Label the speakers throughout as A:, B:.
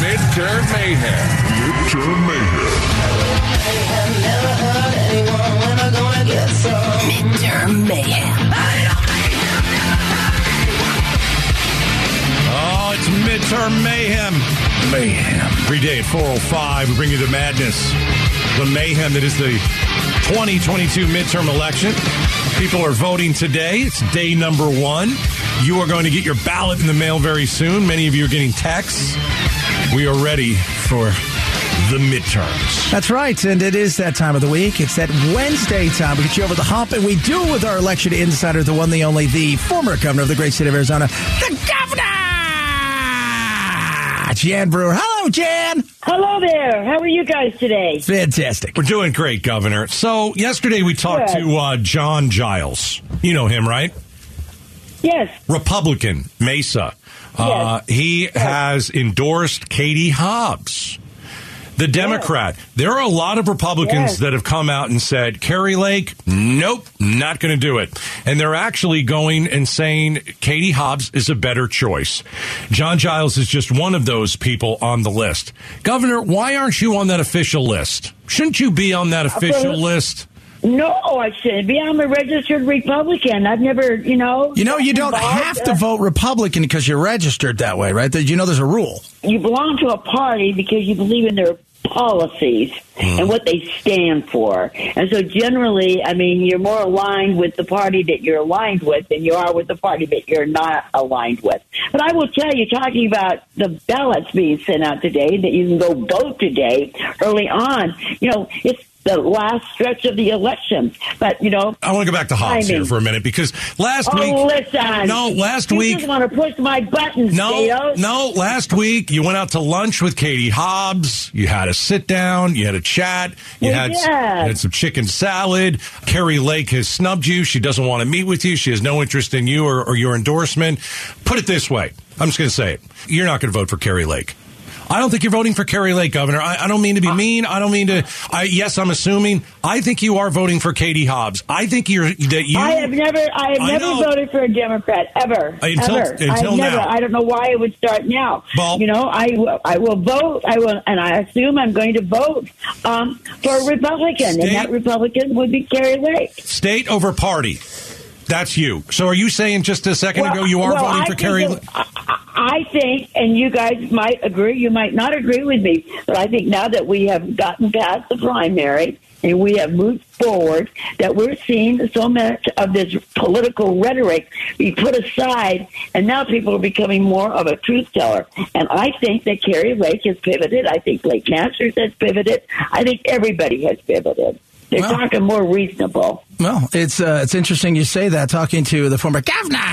A: Midterm Mayhem.
B: Midterm Mayhem.
C: Midterm Mayhem.
D: Oh, it's midterm mayhem.
A: Mayhem.
D: Every day at 4.05, we bring you the madness, the mayhem that is the 2022 midterm election. People are voting today. It's day number one. You are going to get your ballot in the mail very soon. Many of you are getting texts. We are ready for the midterms.
E: That's right, and it is that time of the week. It's that Wednesday time. We get you over the hump, and we do with our election insider, the one, the only, the former governor of the great state of Arizona, the governor, Jan Brewer. Hello, Jan.
F: Hello there. How are you guys today?
E: Fantastic.
D: We're doing great, Governor. So yesterday we talked
F: Good.
D: to uh, John Giles. You know him, right?
F: Yes.
D: Republican Mesa. Uh, he has endorsed Katie Hobbs, the Democrat. There are a lot of Republicans
F: Yes.
D: that have come out and said, Carrie Lake, nope, not going to do it. And they're actually going and saying Katie Hobbs is a better choice. John Giles is just one of those people on the list. Governor, why aren't you on that official list? Shouldn't you be on
F: Uh,
D: that official list?
F: No, I shouldn't be. I'm a registered Republican. I've never, you know.
E: You know, you don't
F: involved.
E: have to vote Republican because you're registered that way, right? That- You know, there's a rule.
F: You belong to a party because you believe in their policies
D: Hmm.
F: and what they stand for. And so generally, I mean, you're more aligned with the party that you're aligned with than you are with the party that you're not aligned with. But I will tell you, talking about the ballots being sent out today, that you can go vote today early on, you know, it's the last stretch of the election. But, you know,
D: I want to go back to Hobbs here
F: Timing.
D: for a minute because last
F: Oh,
D: week.
F: listen.
D: No, last
F: you
D: week.
F: just want to push my buttons,
D: No,
F: Gato.
D: no. Last week you went out to lunch with Katie Hobbs. You had a sit down. You had a chat. You
F: We
D: had,
F: did.
D: you had some chicken salad. Carrie Lake has snubbed you. She doesn't want to meet with you. She has no interest in you or, or your endorsement. Put it this way. I'm just going to say it. You're not going to vote for Carrie Lake. I don't think you're voting for Carrie Lake, Governor. I, I don't mean to be mean. I don't mean to. I, yes, I'm assuming. I think you are voting for Katie Hobbs. I think you're that you.
F: I have never, I have
D: I
F: never
D: know. Uh,
F: voted for a Democrat ever.
D: Until-
F: ever.
D: until
F: I've never.
D: now.
F: I don't know why it would start now.
D: Well-
F: you know, I, will- I will vote. I will, and I assume I'm going to vote um, for a Republican,
D: State-
F: and that Republican would be Carrie Lake.
D: State over party. That's you. So are you saying just a second ago you are
F: well,
D: voting
F: I
D: for
F: think
D: Carrie?
F: it-
D: Lake?
F: I, I- I think, and you guys might agree, you might not agree with me, but I think now that we have gotten past the primary and we have moved forward, that we're seeing so much of this political rhetoric be put aside, and now people are becoming more of a truth teller. And I think that Carrie Lake has pivoted. I think Lake Masters has pivoted. I think everybody has pivoted. They're
E: Well-
F: talking more reasonable.
E: Well, it's uh, it's interesting you say that. Talking to the former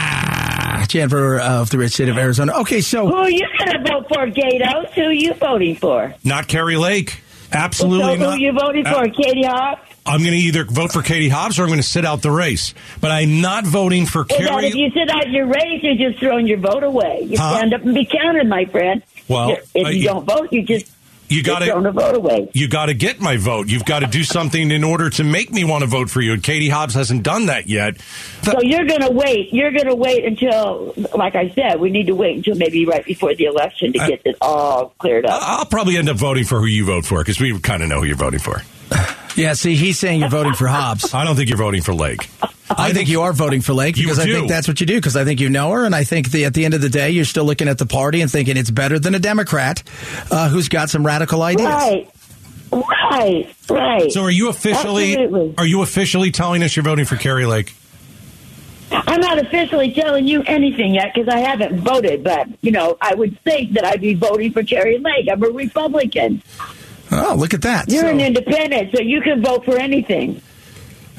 E: governor, Jan Brewer of the great state of Arizona. Okay, so
F: Who are you going to vote for, Gatos? Who are you voting for?
D: Not Carrie Lake. Absolutely
F: so
D: not.
F: who you voting for,
D: Uh,
F: Katie Hobbs?
D: I'm going to either vote for Katie Hobbs or I'm going to sit out the race. But I'm not voting for
F: Is that if
D: Carrie.
F: you sit out your race, you're just throwing your vote away. You
D: Huh?
F: stand up and be counted, my friend.
D: Well,
F: if
D: uh,
F: you
D: you-
F: don't vote, you just
D: You got
F: throwing
D: to.
F: a vote away.
D: You got to get my vote. You've got to do something in order to make me want to vote for you. And Katie Hobbs hasn't done that yet. The-
F: So you're going to wait. You're going to wait until, like I said, we need to wait until maybe right before the election to
D: I-
F: get this all cleared up.
D: I'll probably end up voting for who you vote for because we kind of know who you're voting for.
E: yeah, see, he's saying you're voting for Hobbs.
D: I don't think you're voting for Lake.
E: I think you are voting for Lake
D: You
E: because I
D: do.
E: think that's what you do because I think you know her and I think the, at the end of the day you're still looking at the party and thinking it's better than a Democrat uh, who's got some radical ideas.
F: right, right, right.
D: uh, So are you officially
F: Absolutely.
D: are you officially telling us you're voting for Carrie Lake?
F: I'm not officially telling you anything yet because I haven't voted, but you know, I would think that I'd be voting for Jerry Lake. I'm a Republican.
E: Oh, look at that!
F: You're
E: So-
F: an independent, so you can vote for anything.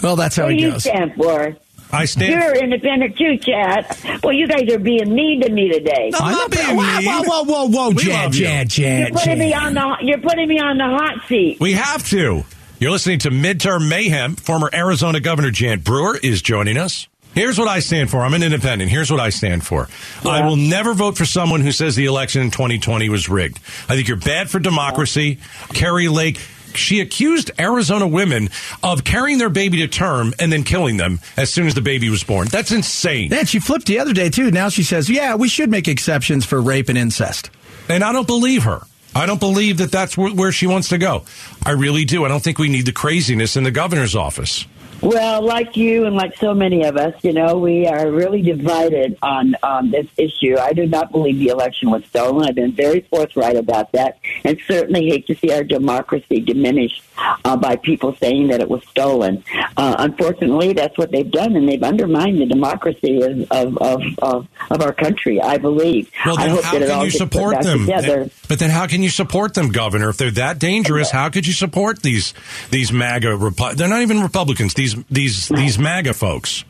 E: well, that's how
F: what do
E: he
F: you
E: goes.
F: stand for?
D: I stand.
F: You're independent too, Chad. Well, you guys are being mean to me today.
D: I'm not being
E: whoa,
D: mean.
E: whoa, whoa, whoa, whoa,
D: We
E: Jan,
D: love you.
E: Jan,
F: You're
E: Jan,
F: putting me
E: Jan.
F: on the you're putting me on the hot seat.
D: We have to. You're listening to Midterm Mayhem. Former Arizona Governor Jan Brewer is joining us. Here's what I stand for. I'm an independent. Here's what I stand for. I will never vote for someone who says the election in 2020 was rigged. I think you're bad for democracy. Carrie Lake, she accused Arizona women of carrying their baby to term and then killing them as soon as the baby was born. That's insane.
E: Yeah, she flipped the other day too. Now she says, "Yeah, we should make exceptions for rape and incest."
D: And I don't believe her. I don't believe that that's where, where she wants to go. I really do. I don't think we need the craziness in the governor's office.
F: Well, like you and like so many of us, you know, we are really divided on um, this issue. I do not believe the election was stolen. I've been very forthright about that, and certainly hate to see our democracy diminished uh, by people saying that it was stolen. Uh, unfortunately, that's what they've done, and they've undermined the democracy of of of, of, of our country. I believe.
D: Well,
F: I
D: then
F: hope
D: how
F: that it
D: can
F: all
D: you
F: gets put
D: support
F: back
D: them?
F: Together.
D: Then- but then how can you support them, Governor? If they're that dangerous, how could you support these these MAGA? Repu- they're not even Republicans. These these these MAGA folks.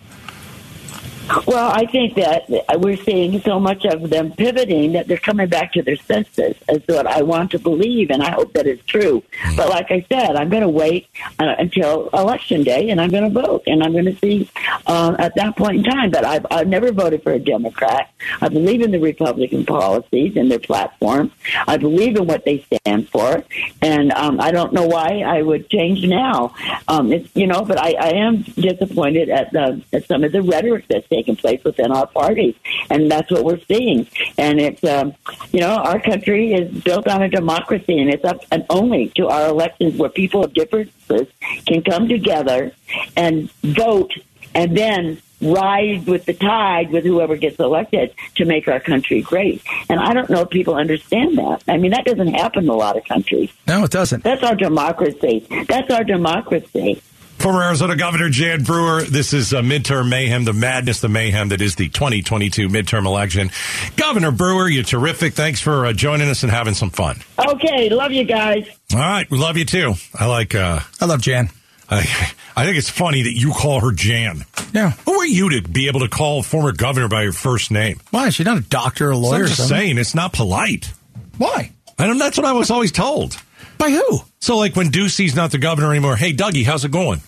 F: Well, I think that we're seeing so much of them pivoting that they're coming back to their senses. Is what I want to believe, and I hope that is true. But like I said, I'm going to wait uh, until election day, and I'm going to vote, and I'm going to see uh, at that point in time. But I've, I've never voted for a Democrat. I believe in the Republican policies and their platform. I believe in what they stand for, and um, I don't know why I would change now. Um, it's, you know, but I, I am disappointed at the at some of the rhetoric that's taking place within our parties, and that's what we're seeing. And it's um, you know our country is built on a democracy, and it's up and only to our elections where people of differences can come together and vote, and then ride with the tide with whoever gets elected to make our country great. And I don't know if people understand that. I mean, that doesn't happen in a lot of countries.
E: No, it doesn't.
F: That's our democracy. That's our democracy.
D: Former Arizona Governor Jan Brewer, this is uh, midterm mayhem, the madness, the mayhem that is the 2022 midterm election. Governor Brewer, you're terrific. Thanks for uh, joining us and having some fun.
F: Okay, love you guys.
D: All right, we love you too. I like. Uh,
E: I love Jan.
D: I, I think it's funny that you call her Jan.
E: Yeah.
D: Who are you to be able to call a former governor by her first name?
E: Why? She's not a doctor or a lawyer
D: I'm
E: or
D: just
E: something.
D: saying it's not polite.
E: Why?
D: I don't, that's what I was always told.
E: By who?
D: So, like when Ducey's not the governor anymore, hey Dougie, how's it going?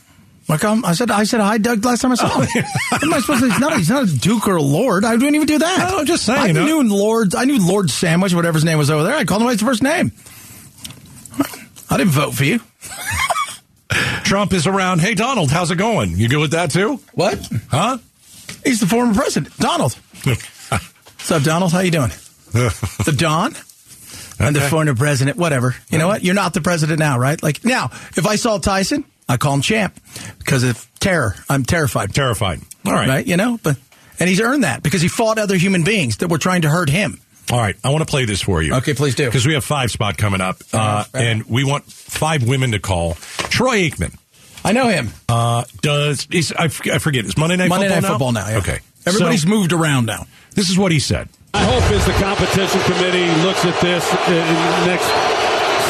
E: Like um, I said, I said hi, Doug. Last time I saw
D: Oh.
E: him. What am I supposed to? He's not. He's not a duke or a lord. I didn't even do that.
D: No, I'm just saying,
E: I
D: no.
E: knew Lord. I knew Lord Sandwich, whatever his name was over there. I called him by his first name. I didn't vote for you.
D: Trump is around. Hey Donald, how's it going? You good with that too?
E: What?
D: Huh?
E: He's the former president, Donald. What's up, Donald? How you doing? the Don and the
D: Okay.
E: former president. Whatever. You know what? You're not the president now, right? Like now, if I saw Tyson, I call him champ because of terror. I'm terrified.
D: Terrified. All right.
E: right? You know, but and he's earned that because he fought other human beings that were trying to hurt him.
D: All right. I want to play this for you.
E: Okay, please do.
D: Because we have five spot coming up, uh,
E: right.
D: and we want five women to call. Troy Aikman
E: I know him.
D: uh, does. Is, I, f- I forget. Is Monday night
E: Monday Night
D: football
E: Football
D: now?
E: now. yeah.
D: Okay.
E: everybody's
D: So,
E: moved around now.
D: this is what he said.
G: I hope as the competition committee looks at this uh, in the next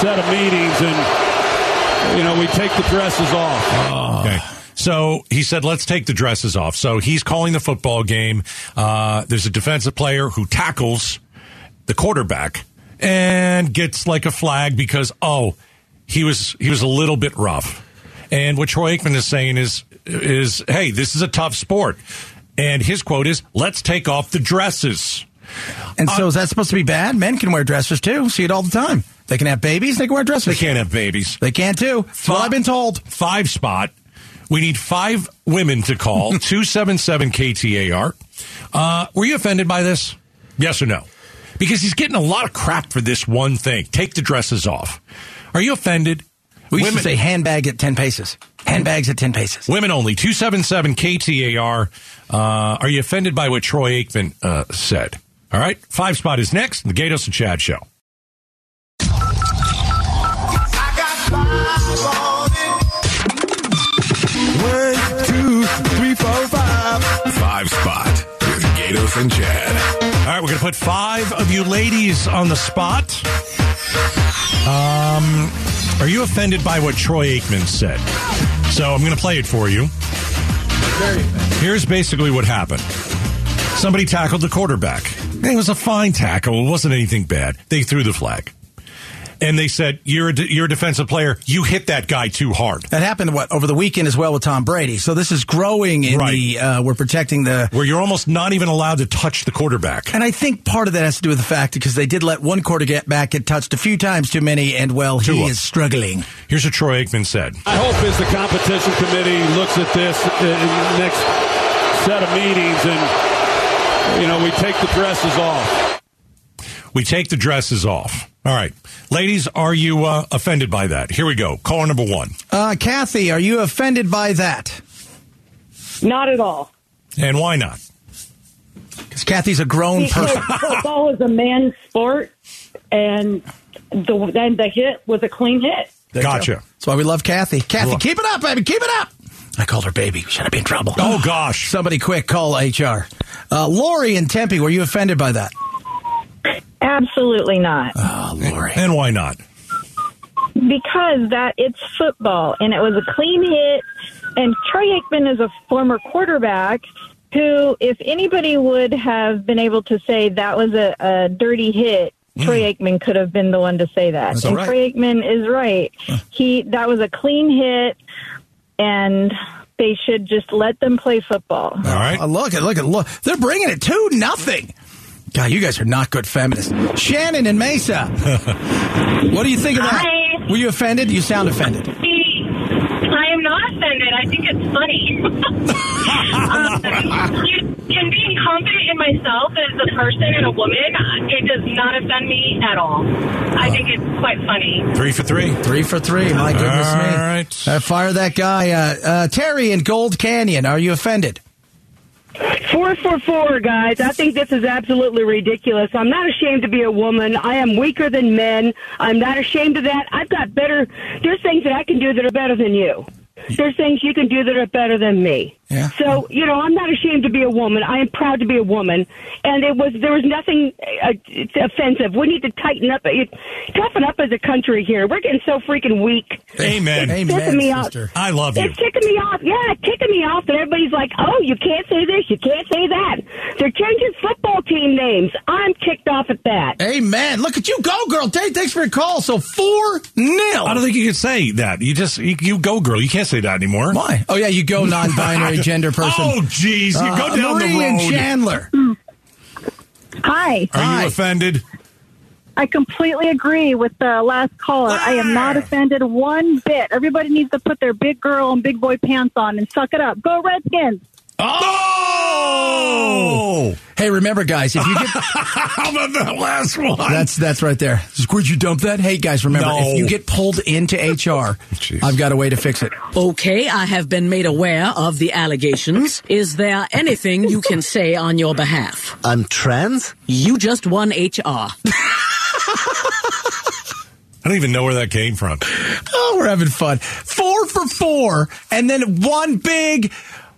G: set of meetings and, you know, we take the dresses off.
D: Okay. Uh, So he said, let's take the dresses off. So he's calling the football game. Uh, there's a defensive player who tackles the quarterback and gets like a flag because, oh, he was, he was a little bit rough. And what Troy Aikman is saying is, is, hey, this is a tough sport. And his quote is, let's take off the dresses.
E: And
D: Uh,
E: so is that supposed to be bad? Men can wear dresses too. See it all the time. They can have babies. They can wear dresses.
D: They can't have babies.
E: They can too. That's what I've been told.
D: Five spot. We need five women to call 277 KTAR. Uh, were you offended by this? Yes or no? Because he's getting a lot of crap for this one thing. Take the dresses off. Are you offended?
E: We used to say handbag at ten paces. Handbags at ten paces.
D: Women only. 277 KTAR. Uh, are you offended by what Troy Aikman uh, said? All right. Five spot is next. The Gatos and Chad show.
B: Five spot with Gatos and Chad.
D: All right, we're going to put five of you ladies on the spot. Um, are you offended by what Troy Aikman said? So I'm going to play it for you. Here's basically what happened. Somebody tackled the quarterback. It was a fine tackle. It wasn't anything bad. They threw the flag. And they said, you're a, de- you're a defensive player. You hit that guy too hard.
E: That happened what over the weekend as well with Tom Brady. So this is growing in
D: Right.
E: the uh, we're protecting the
D: Where you're almost not even allowed to touch the quarterback.
E: And I think part of that has to do with the fact because they did let one quarterback get touched a few times too many, and well, he
D: Tua.
E: is struggling.
D: Here's what Troy Aikman said.
G: I hope as the competition committee looks at this uh, in the next set of meetings and, you know, we take the dresses off.
D: We take the dresses off. All right. Ladies, are you uh, offended by that? Here we go. Caller number one.
E: Uh, Kathy, are you offended by that?
F: Not at all.
D: And why not?
E: Because Kathy's a grown
H: Because
E: person.
H: football is a man's sport, and the then the hit was a clean hit.
E: There you
D: Gotcha.
E: go. That's why we love Kathy. Kathy,
D: Look.
E: keep it up, baby. Keep it up. I called her baby. We should have been in trouble.
D: Oh, gosh.
E: Somebody quick call HR. Uh, Lori and Tempe, were you offended by that?
I: Absolutely not.
E: Oh, Lori.
D: And why not?
I: Because that it's football and it was a clean hit and Troy Aikman is a former quarterback who if anybody would have been able to say that was a, a dirty hit, Troy Aikman could have been the one to say that.
E: Mm. That's
I: and
E: right.
I: Troy Aikman is right. He that was a clean hit and they should just let them play football.
D: All right.
E: Uh, look at look at look. They're bringing it to nothing. God, you guys are not good feminists. Shannon and Mesa, what do you think of that?
J: Hi.
E: Were you offended? You sound offended.
J: I am not offended. I think it's funny. um, you- and being confident in myself as a person and a woman, it does not offend me at all. I think it's quite funny.
D: Three for three.
E: Three for three. My goodness
D: All
E: me.
D: right.
E: Uh, fire that guy. Uh, uh, Terry in Gold Canyon, are you offended?
K: Four for four, guys. I think this is absolutely ridiculous. I'm not ashamed to be a woman. I am weaker than men. I'm not ashamed of that. I've got better. There's things that I can do that are better than you. There's things you can do that are better than me.
E: Yeah.
K: So you know, I'm not ashamed to be a woman. I am proud to be a woman. And it was there was nothing uh, offensive. We need to tighten up, uh, toughen up as a country here. We're getting so freaking weak.
D: Amen.
E: Amen,
K: me up.
E: sister.
D: I love you.
K: It's ticking me off. Yeah, it's ticking me off that everybody's like, oh, you can't say this, you can't say that. They're changing football team names. I'm ticked off at that.
E: Amen. Look at you go, girl. Dave, thanks for your call. So 4 nil.
D: I don't think you could say that. You just, you, you go, girl. You can't say that anymore.
E: Why? Oh, yeah, you go non binary gender person.
D: Oh, jeez. You
E: Uh,
D: go down
E: Marie
D: the road.
E: and Chandler.
I: Hi.
D: Are
E: Hi.
D: you offended?
I: I completely agree with the last caller. I am not offended one bit. Everybody needs to put their big girl and big boy pants on and suck it up. Go Redskins.
D: Oh!
E: Hey, remember, guys, if you get.
D: How about that last one?
E: That's that's right there. Where'd you dump that? Hey guys, remember
D: No.
E: if you get pulled into HR,
D: Jeez.
E: I've got a way to fix it.
C: Okay, I have been made aware of the allegations. Is there anything you can say on your behalf?
L: I'm trans?
C: You just won HR.
D: I don't even know where that came from.
E: Oh, we're having fun. Four for four, and then one big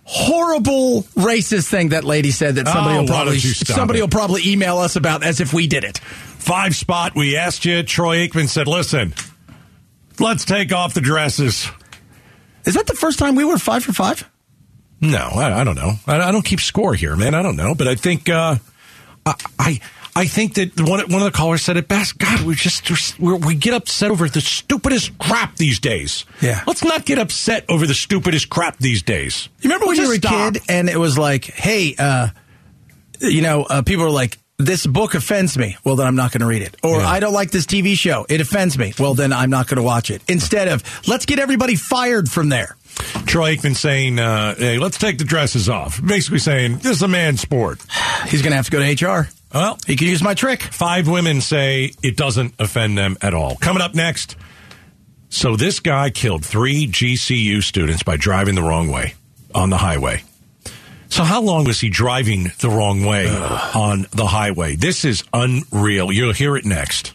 E: horrible racist thing that lady said that somebody
D: Oh,
E: will
D: why
E: probably
D: don't you stop
E: somebody
D: it?
E: will probably email us about as if we did it.
D: Five spot, we asked you. Troy Aikman said, listen, let's take off the dresses.
E: Is that the first time we were five for five?
D: No, I, I don't know. I, I don't keep score here, man. I don't know. But I think, uh, I, I, I think that one, one of the callers said it best. God, we just, we're, we get upset over the stupidest crap these days.
E: Yeah.
D: Let's not get upset over the stupidest crap these days.
E: You remember when
D: Just
E: you were a
D: stop.
E: kid and it was like, hey, uh, you know, uh, people were like, this book offends me. Well, then I'm not going to read it. Or
D: Yeah.
E: I don't like this TV show. It offends me. Well, then I'm not going to watch it. Instead of, let's get everybody fired from there.
D: Troy Aikman saying, uh, hey, let's take the dresses off. Basically saying, this is a man's sport.
E: He's going to have to go to HR.
D: Well,
E: He could use my trick.
D: five women say it doesn't offend them at all. Coming up next. So this guy killed three GCU students by driving the wrong way on the highway. So how long was he driving the wrong way on the highway? This is unreal. You'll hear it next.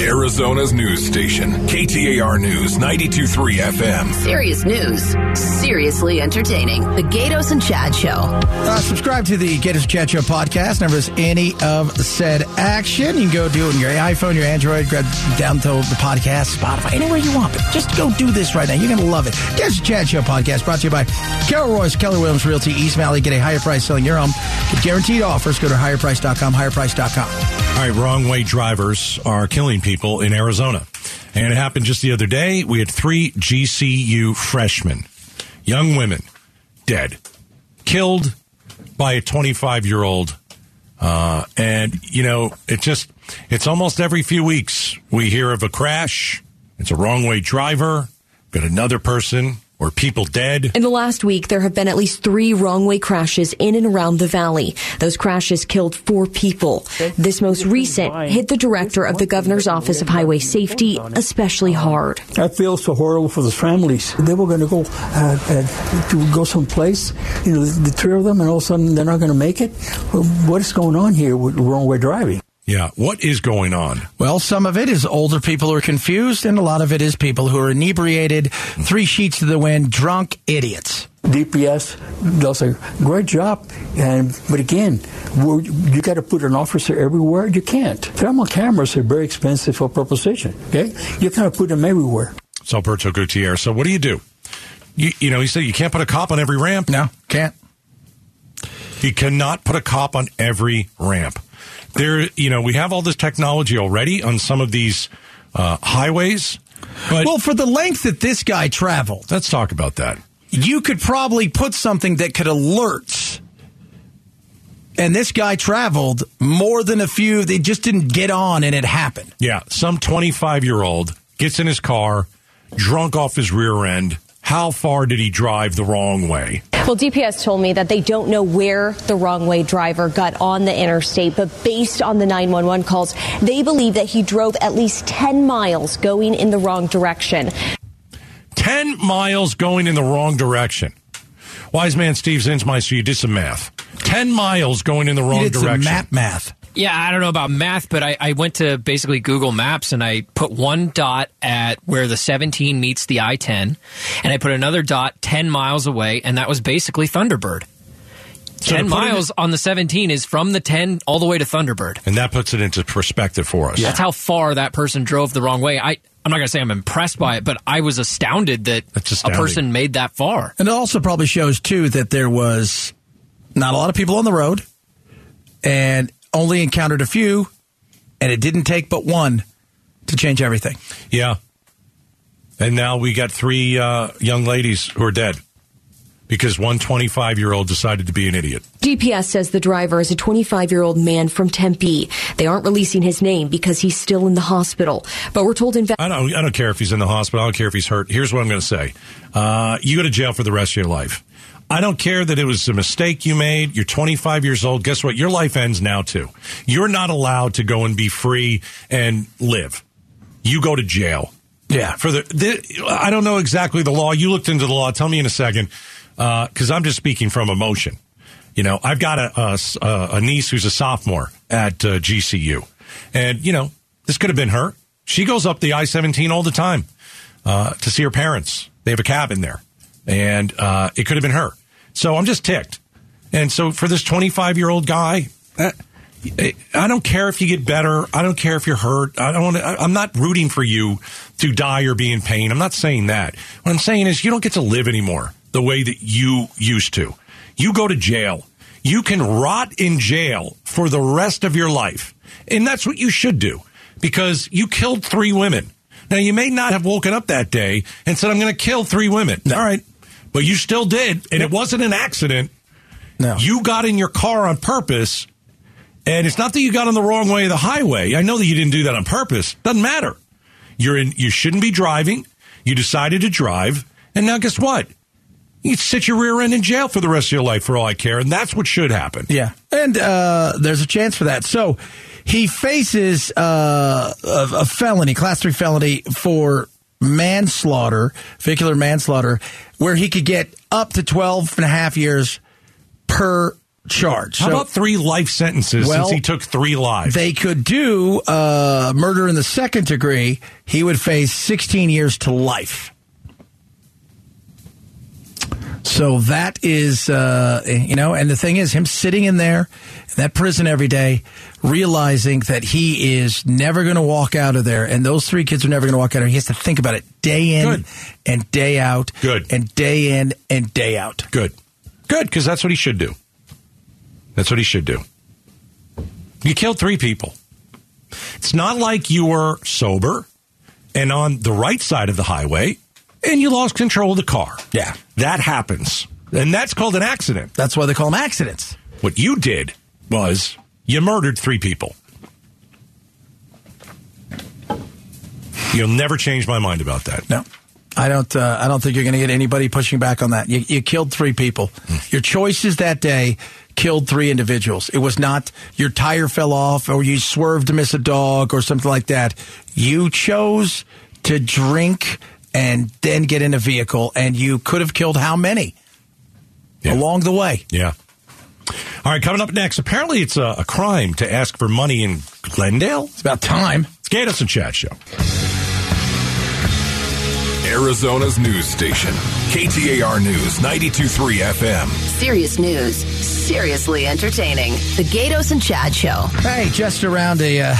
B: Arizona's news station, KTAR News 923 FM.
C: Serious news. Seriously entertaining. The Gatos and Chad Show.
E: Uh, subscribe to the Gators Chat Show podcast. Never miss any of said action. You can go do it on your iPhone, your Android, grab down to the podcast, Spotify, anywhere you want. But just go do this right now. You're going to love it. Gators Chat Show podcast brought to you by Carol Royce, Keller Williams Realty, East Valley. Get a higher price selling your home. Get guaranteed offers. Go to higherprice.com, higherprice.com.
D: All right, wrong way drivers are killing people in Arizona. And it happened just the other day. We had three GCU freshmen, young women, dead, killed by a 25 year old. Uh, and, you know, it just, it's almost every few weeks we hear of a crash. It's a wrong way driver, got another person or people dead.
L: In the last week, there have been at least three wrong way crashes in and around the valley. Those crashes killed four people. This most recent hit the director of the governor's office of highway safety especially hard.
M: I feel so horrible for the families. They were going to go uh, uh, to go someplace, you know, the, the three of them, and all of a sudden they're not going to make it. Well, What is going on here with wrong way driving?
D: Yeah, what is going on?
E: Well, some of it is older people who are confused, and a lot of it is people who are inebriated, three sheets to the wind, drunk idiots.
M: DPS does a great job, and but again, we're- you got to put an officer everywhere. You can't. Thermal cameras are very expensive for proposition. Okay, you got to put them everywhere.
D: It's Alberto Gutierrez. So what do you do? You, you know, he said you can't put a cop on every ramp.
E: No, can't.
D: You cannot put a cop on every ramp. There, you know, we have all this technology already on some of these uh, highways. But
E: well, for the length that this guy traveled,
D: let's talk about that.
E: You could probably put something that could alert. And this guy traveled more than a few. They just didn't get on, and it happened.
D: Yeah, some 25 year old gets in his car, drunk off his rear end. How far did he drive the wrong way?
N: Well, DPS told me that they don't know where the wrong way driver got on the interstate, but based on the 911 calls, they believe that he drove at least 10 miles going in the wrong direction.
D: 10 miles going in the wrong direction. Wise man Steve Zinsmeister, you did some math. 10 miles going in the wrong
E: did some
D: direction.
E: map math.
O: Yeah, I don't know about math, but I, I went to basically Google Maps and I put one dot at where the 17 meets the I 10, and I put another dot 10 miles away, and that was basically Thunderbird. 10
D: So to put it in-
O: miles on the 17 is from the 10 all the way to Thunderbird.
D: And that puts it into perspective for us.
O: That's how far that person drove the wrong way. I, I'm not going to say I'm impressed by it, but I was astounded that
E: astounding.
O: a person made that far.
E: And it also probably shows, too, that there was not a lot of people on the road and only encountered a few, and it didn't take but one to change everything.
D: Yeah. And now we got three uh, young ladies who are dead because one 25 year old decided to be an idiot.
L: DPS says the driver is a 25 year old man from Tempe. They aren't releasing his name because he's still in the hospital. But we're told
D: I don't, I don't care if he's in the hospital. I don't care if he's hurt. Here's what I'm going to say uh, you go to jail for the rest of your life. I don't care that it was a mistake you made. You're 25 years old. Guess what? Your life ends now, too. You're not allowed to go and be free and live. You go to jail. Yeah. For the, the I don't know exactly the law. You looked into the law. Tell me in a second, because I'm just speaking from emotion. You know, I've got a, a s- a- a niece who's a sophomore at uh, GCU, and you know, this could have been her. She goes up the I-17 all the time uh, to see her parents. They have a cabin there, and uh, it could have been her. So I'm just ticked. And so for this 25 year old guy, eh, I don't care if you get better. I don't care if you're hurt. I don't. Wanna, I- I'm not rooting for you to die or be in pain. I'm not saying that. What I'm saying is you don't get to live anymore the way that you used to. You go to jail. You can rot in jail for the rest of your life, and that's what you should do because you killed three women. Now you may not have woken up that day and said, "I'm going to kill three women." All right, but you still did, and it wasn't an accident.
E: No.
D: You got in your car on purpose, and it's not that you got on the wrong way of the highway. I know that you didn't do that on purpose. Doesn't matter. You're in you shouldn't be driving. You decided to drive, and now guess what? You sit your rear end in jail for the rest of your life for all I care, and that's what should happen.
E: Yeah. And uh, there's a chance for that. So he faces uh, a, a felony, class three felony for manslaughter, vehicular manslaughter, where he could get up to 12 and a half years per charge.
D: How
E: So-
D: about three life sentences
E: Well-
D: since he took three lives?
E: They could do uh, murder in the second degree. He would face 16 years to life. So that is, uh, you know, and the thing is, him sitting in there, in that prison every day, realizing that he is never going to walk out of there, and those three kids are never going to walk out of there. He has to think about it day in
D: Good.
E: and day out. Good. And day in and day out.
D: Good. Good, because that's what he should do. That's what he should do. You killed three people. It's not like you were sober and on the right side of the highway and you lost control of the car. Yeah. That happens. And that's called an accident.
E: That's why they call them accidents.
D: What you did was you murdered three people. You'll never change my mind about that.
E: No. I don't. Uh, I don't think you're going to get anybody pushing back on that. You, you killed three people. Your choices that day killed three individuals. It was not your tire fell off or you swerved to miss a dog or something like that. You chose to drink and then get in a vehicle, and you could have killed how many along the way?
D: Yeah. All right, coming up next. Apparently, it's a, a crime to ask for money in Glendale. It's
E: about time.
D: It's Gatos and Chad Show.
B: Arizona's news station, KTAR News 923 FM.
P: Serious news, seriously entertaining. The Gatos and Chad Show.
E: Hey, just around the uh,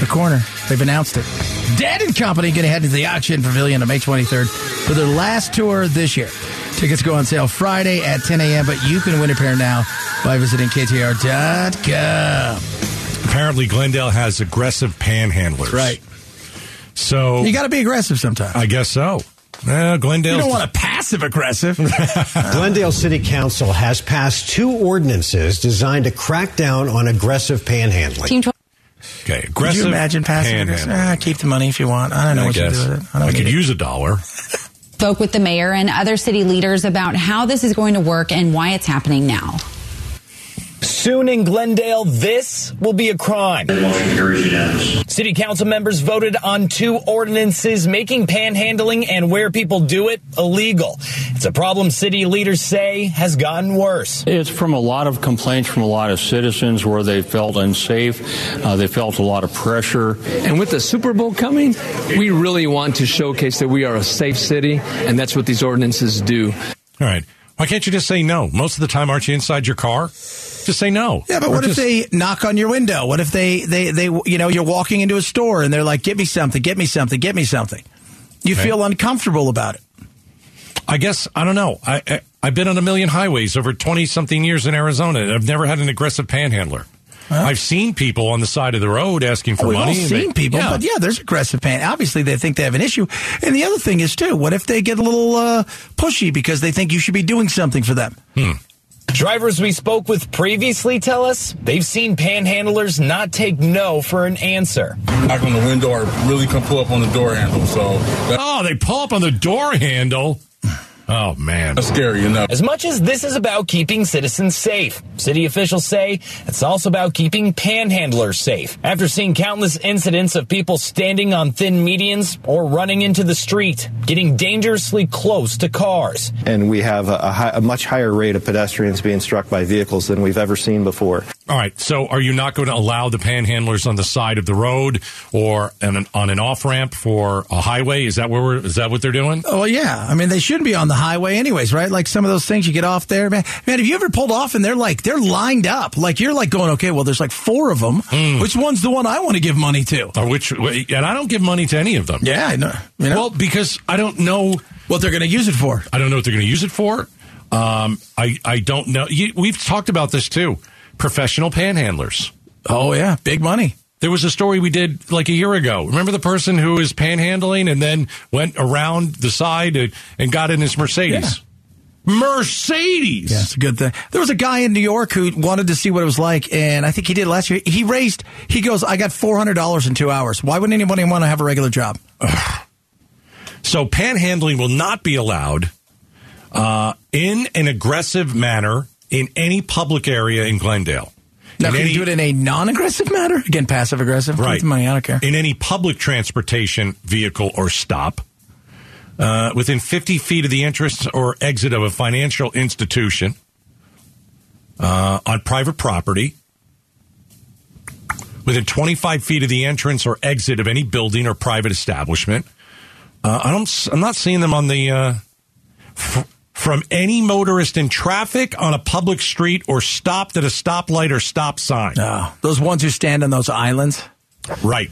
E: the corner, they've announced it. Dead and Company going to head to the Auction Pavilion on May 23rd for their last tour this year. Tickets go on sale Friday at 10 a.m., but you can win a pair now by visiting ktr.com.
D: Apparently, Glendale has aggressive panhandlers. right. So
E: You got to be aggressive sometimes.
D: I guess so. Uh, Glendale.
E: You don't want to passive aggressive.
Q: Glendale City Council has passed two ordinances designed to crack down on aggressive panhandling.
E: Team
D: Okay,
E: Could you
D: aggressive
E: imagine passing aggressive?
D: panhandling.
E: Ah, keep the money if you want. I don't know
D: I
E: what
D: guess.
E: you do with it. I don't
D: I
E: need
D: could
E: it.
D: use a dollar.
R: spoke with the mayor and other city leaders about how this is going to work and why it's happening now.
S: Soon in Glendale, this will be a crime. City council members voted on two ordinances making panhandling and where people do it illegal. It's a problem city leaders say has gotten worse.
T: It's from a lot of complaints from a lot of citizens where they felt unsafe. Uh, they felt a lot of pressure.
U: And with the Super Bowl coming, we really want to showcase that we are a safe city, and that's what these ordinances do.
D: All right. Why can't you just say no? Most of the time, aren't you inside your car? Just say no.
E: Yeah, but
D: Or
E: what
D: just-
E: if they knock on your window? What if they, they, they, you know, you're walking into a store and they're like, get me something, get me something, get me something. You
D: Right.
E: feel uncomfortable about it.
D: I guess I don't know. I, I I've been on a million highways over twenty something years in Arizona, and I've never had an aggressive panhandler. I've seen people on the side of the road asking for
E: We've
D: money.
E: all
D: and
E: seen
D: they-
E: people, but yeah, there's aggressive pain. Obviously, they think they have an issue. And the other thing is, too, what if they get a little uh, pushy because they think you should be doing something for them?
S: Drivers we spoke with previously tell us they've seen panhandlers not take no for an answer.
V: knock on the window or really come pull up on the door handle. So
D: oh, they pull up on the door handle. Oh man,
V: that's scary enough.
S: As much as this is about keeping citizens safe, city officials say it's also about keeping panhandlers safe. After seeing countless incidents of people standing on thin medians or running into the street, getting dangerously close to cars.
W: and we have a, a, high, a much higher rate of pedestrians being struck by vehicles than we've ever seen before.
D: All right. So, are you not going to allow the panhandlers on the side of the road or an, on an off ramp for a highway? Is that where we're, is that what they're doing?
E: Oh, well, yeah. I mean, they shouldn't be on the highway, anyways, right? Like some of those things you get off there, man. Man, have you ever pulled off and they're like they're lined up? Like you're like going, okay, well, there's like four of them. Which one's the one I want to give money to?
D: Or which? And I don't give money to any of them.
E: Yeah, I know. You know?
D: Well, because I don't know
E: what they're going to use it for.
D: I don't know what they're going to use it for. Um, I I don't know. You, we've talked about this too. Professional panhandlers.
E: Oh yeah, big money.
D: There was a story we did like a year ago. Remember the person who was panhandling and then went around the side and, and got in his Mercedes. Mercedes.
E: Yeah, it's a good thing. There was a guy in New York who wanted to see what it was like, and I think he did last year. He raised. He goes, I got four hundred dollars in two hours. Why wouldn't anybody want to have a regular job?
D: So panhandling will not be allowed uh, in an aggressive manner in any public area in Glendale.
E: Now,
D: in
E: can you do it in a non-aggressive manner? Again, passive aggressive. Keep
D: Right.
E: the money. I don't care.
D: In any public transportation vehicle or stop. Uh, within 50 feet of the entrance or exit of a financial institution. Uh, on private property. Within 25 feet of the entrance or exit of any building or private establishment. Uh, I don't, s- I'm not seeing them on the. Uh, f- from any motorist in traffic on a public street or stopped at a stoplight or stop sign.
E: Those ones who stand on those islands.
D: Right.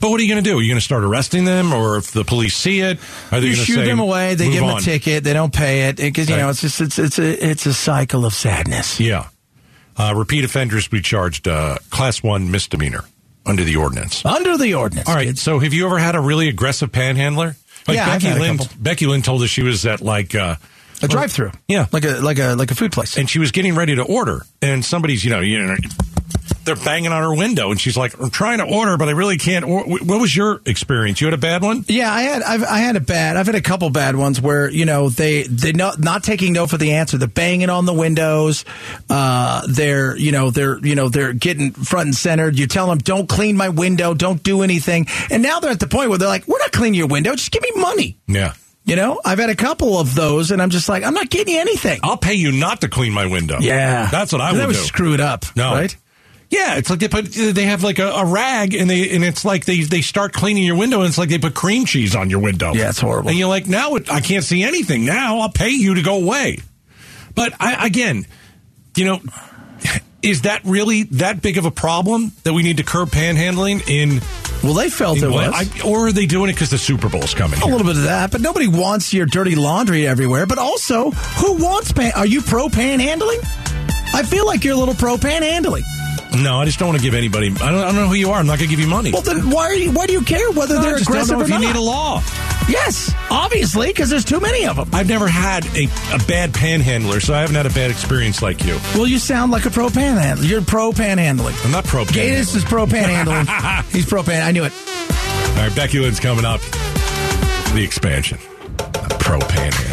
D: But what are you going to do? Are you going to start arresting them, or if the police see it, are they
E: you
D: going to
E: shoo
D: say,
E: them away. They
D: "Move
E: give them
D: on."
E: a ticket. They don't pay it because you
D: Right.
E: know it's just it's it's a it's a cycle of sadness.
D: Yeah, uh, repeat offenders will be charged uh, class one misdemeanor under the ordinance.
E: Under the ordinance.
D: All right. So have you ever had a really aggressive panhandler? Like
E: Yeah, I've
D: Becky
E: had a
D: Lynn.
E: couple.
D: Becky Lynn told us she was at like uh,
E: A drive-through.
D: Yeah,
E: like a like a like a food place,
D: and she was getting ready to order, and somebody's you know you know they're banging on her window, and she's like, "I'm trying to order, but I really can't." Or- what was your experience? You had a bad one.
E: Yeah, I had I've, I had a bad. I've had a couple bad ones where you know they they not not taking no for the answer. They're banging on the windows. Uh, they're you know they're you know they're getting front and centered. You tell them don't clean my window, don't do anything, and now they're at the point where they're like, we're not cleaning your window. Just give me money.
D: Yeah.
E: You know, I've had a couple of those, and I'm just like, I'm not getting you anything.
D: I'll pay you not to clean my window.
E: Yeah.
D: that's what I
E: That
D: would
E: was
D: do.
E: screwed up,
D: No,
E: right?
D: Yeah, it's like they put they have like a, a rag and they and it's like they they start cleaning your window and it's like they put cream cheese on your window.
E: Yeah, it's horrible.
D: And you're like, now it, I can't see anything. Now I'll pay you to go away. But I, again, you know, is that really that big of a problem that we need to curb panhandling in?
E: Well, they felt it was.
D: or are they doing it because the Super Bowl's coming?
E: A little bit of that, but nobody wants your dirty laundry everywhere. But also, who wants pan? Are you pro panhandling? I feel like you're a little pro panhandling.
D: No, I just don't want to give anybody. I don't, I don't know who you are. I'm not going to give you money.
E: Well, then why are you? Why do you care whether
D: No, I
E: they're
D: just don't
E: aggressive
D: know if
E: or
D: you
E: not?
D: need a law.
E: Yes, obviously, because there's too many of them.
D: I've never had a, a bad panhandler, so I haven't had a bad experience like you.
E: Well, you sound like a pro panhandler. You're pro panhandling.
D: I'm not pro
E: Gatus
D: panhandling.
E: is pro panhandling. He's pro pan. I knew it.
D: All right, Becky Lynn's coming up. The expansion. Pro panhandling.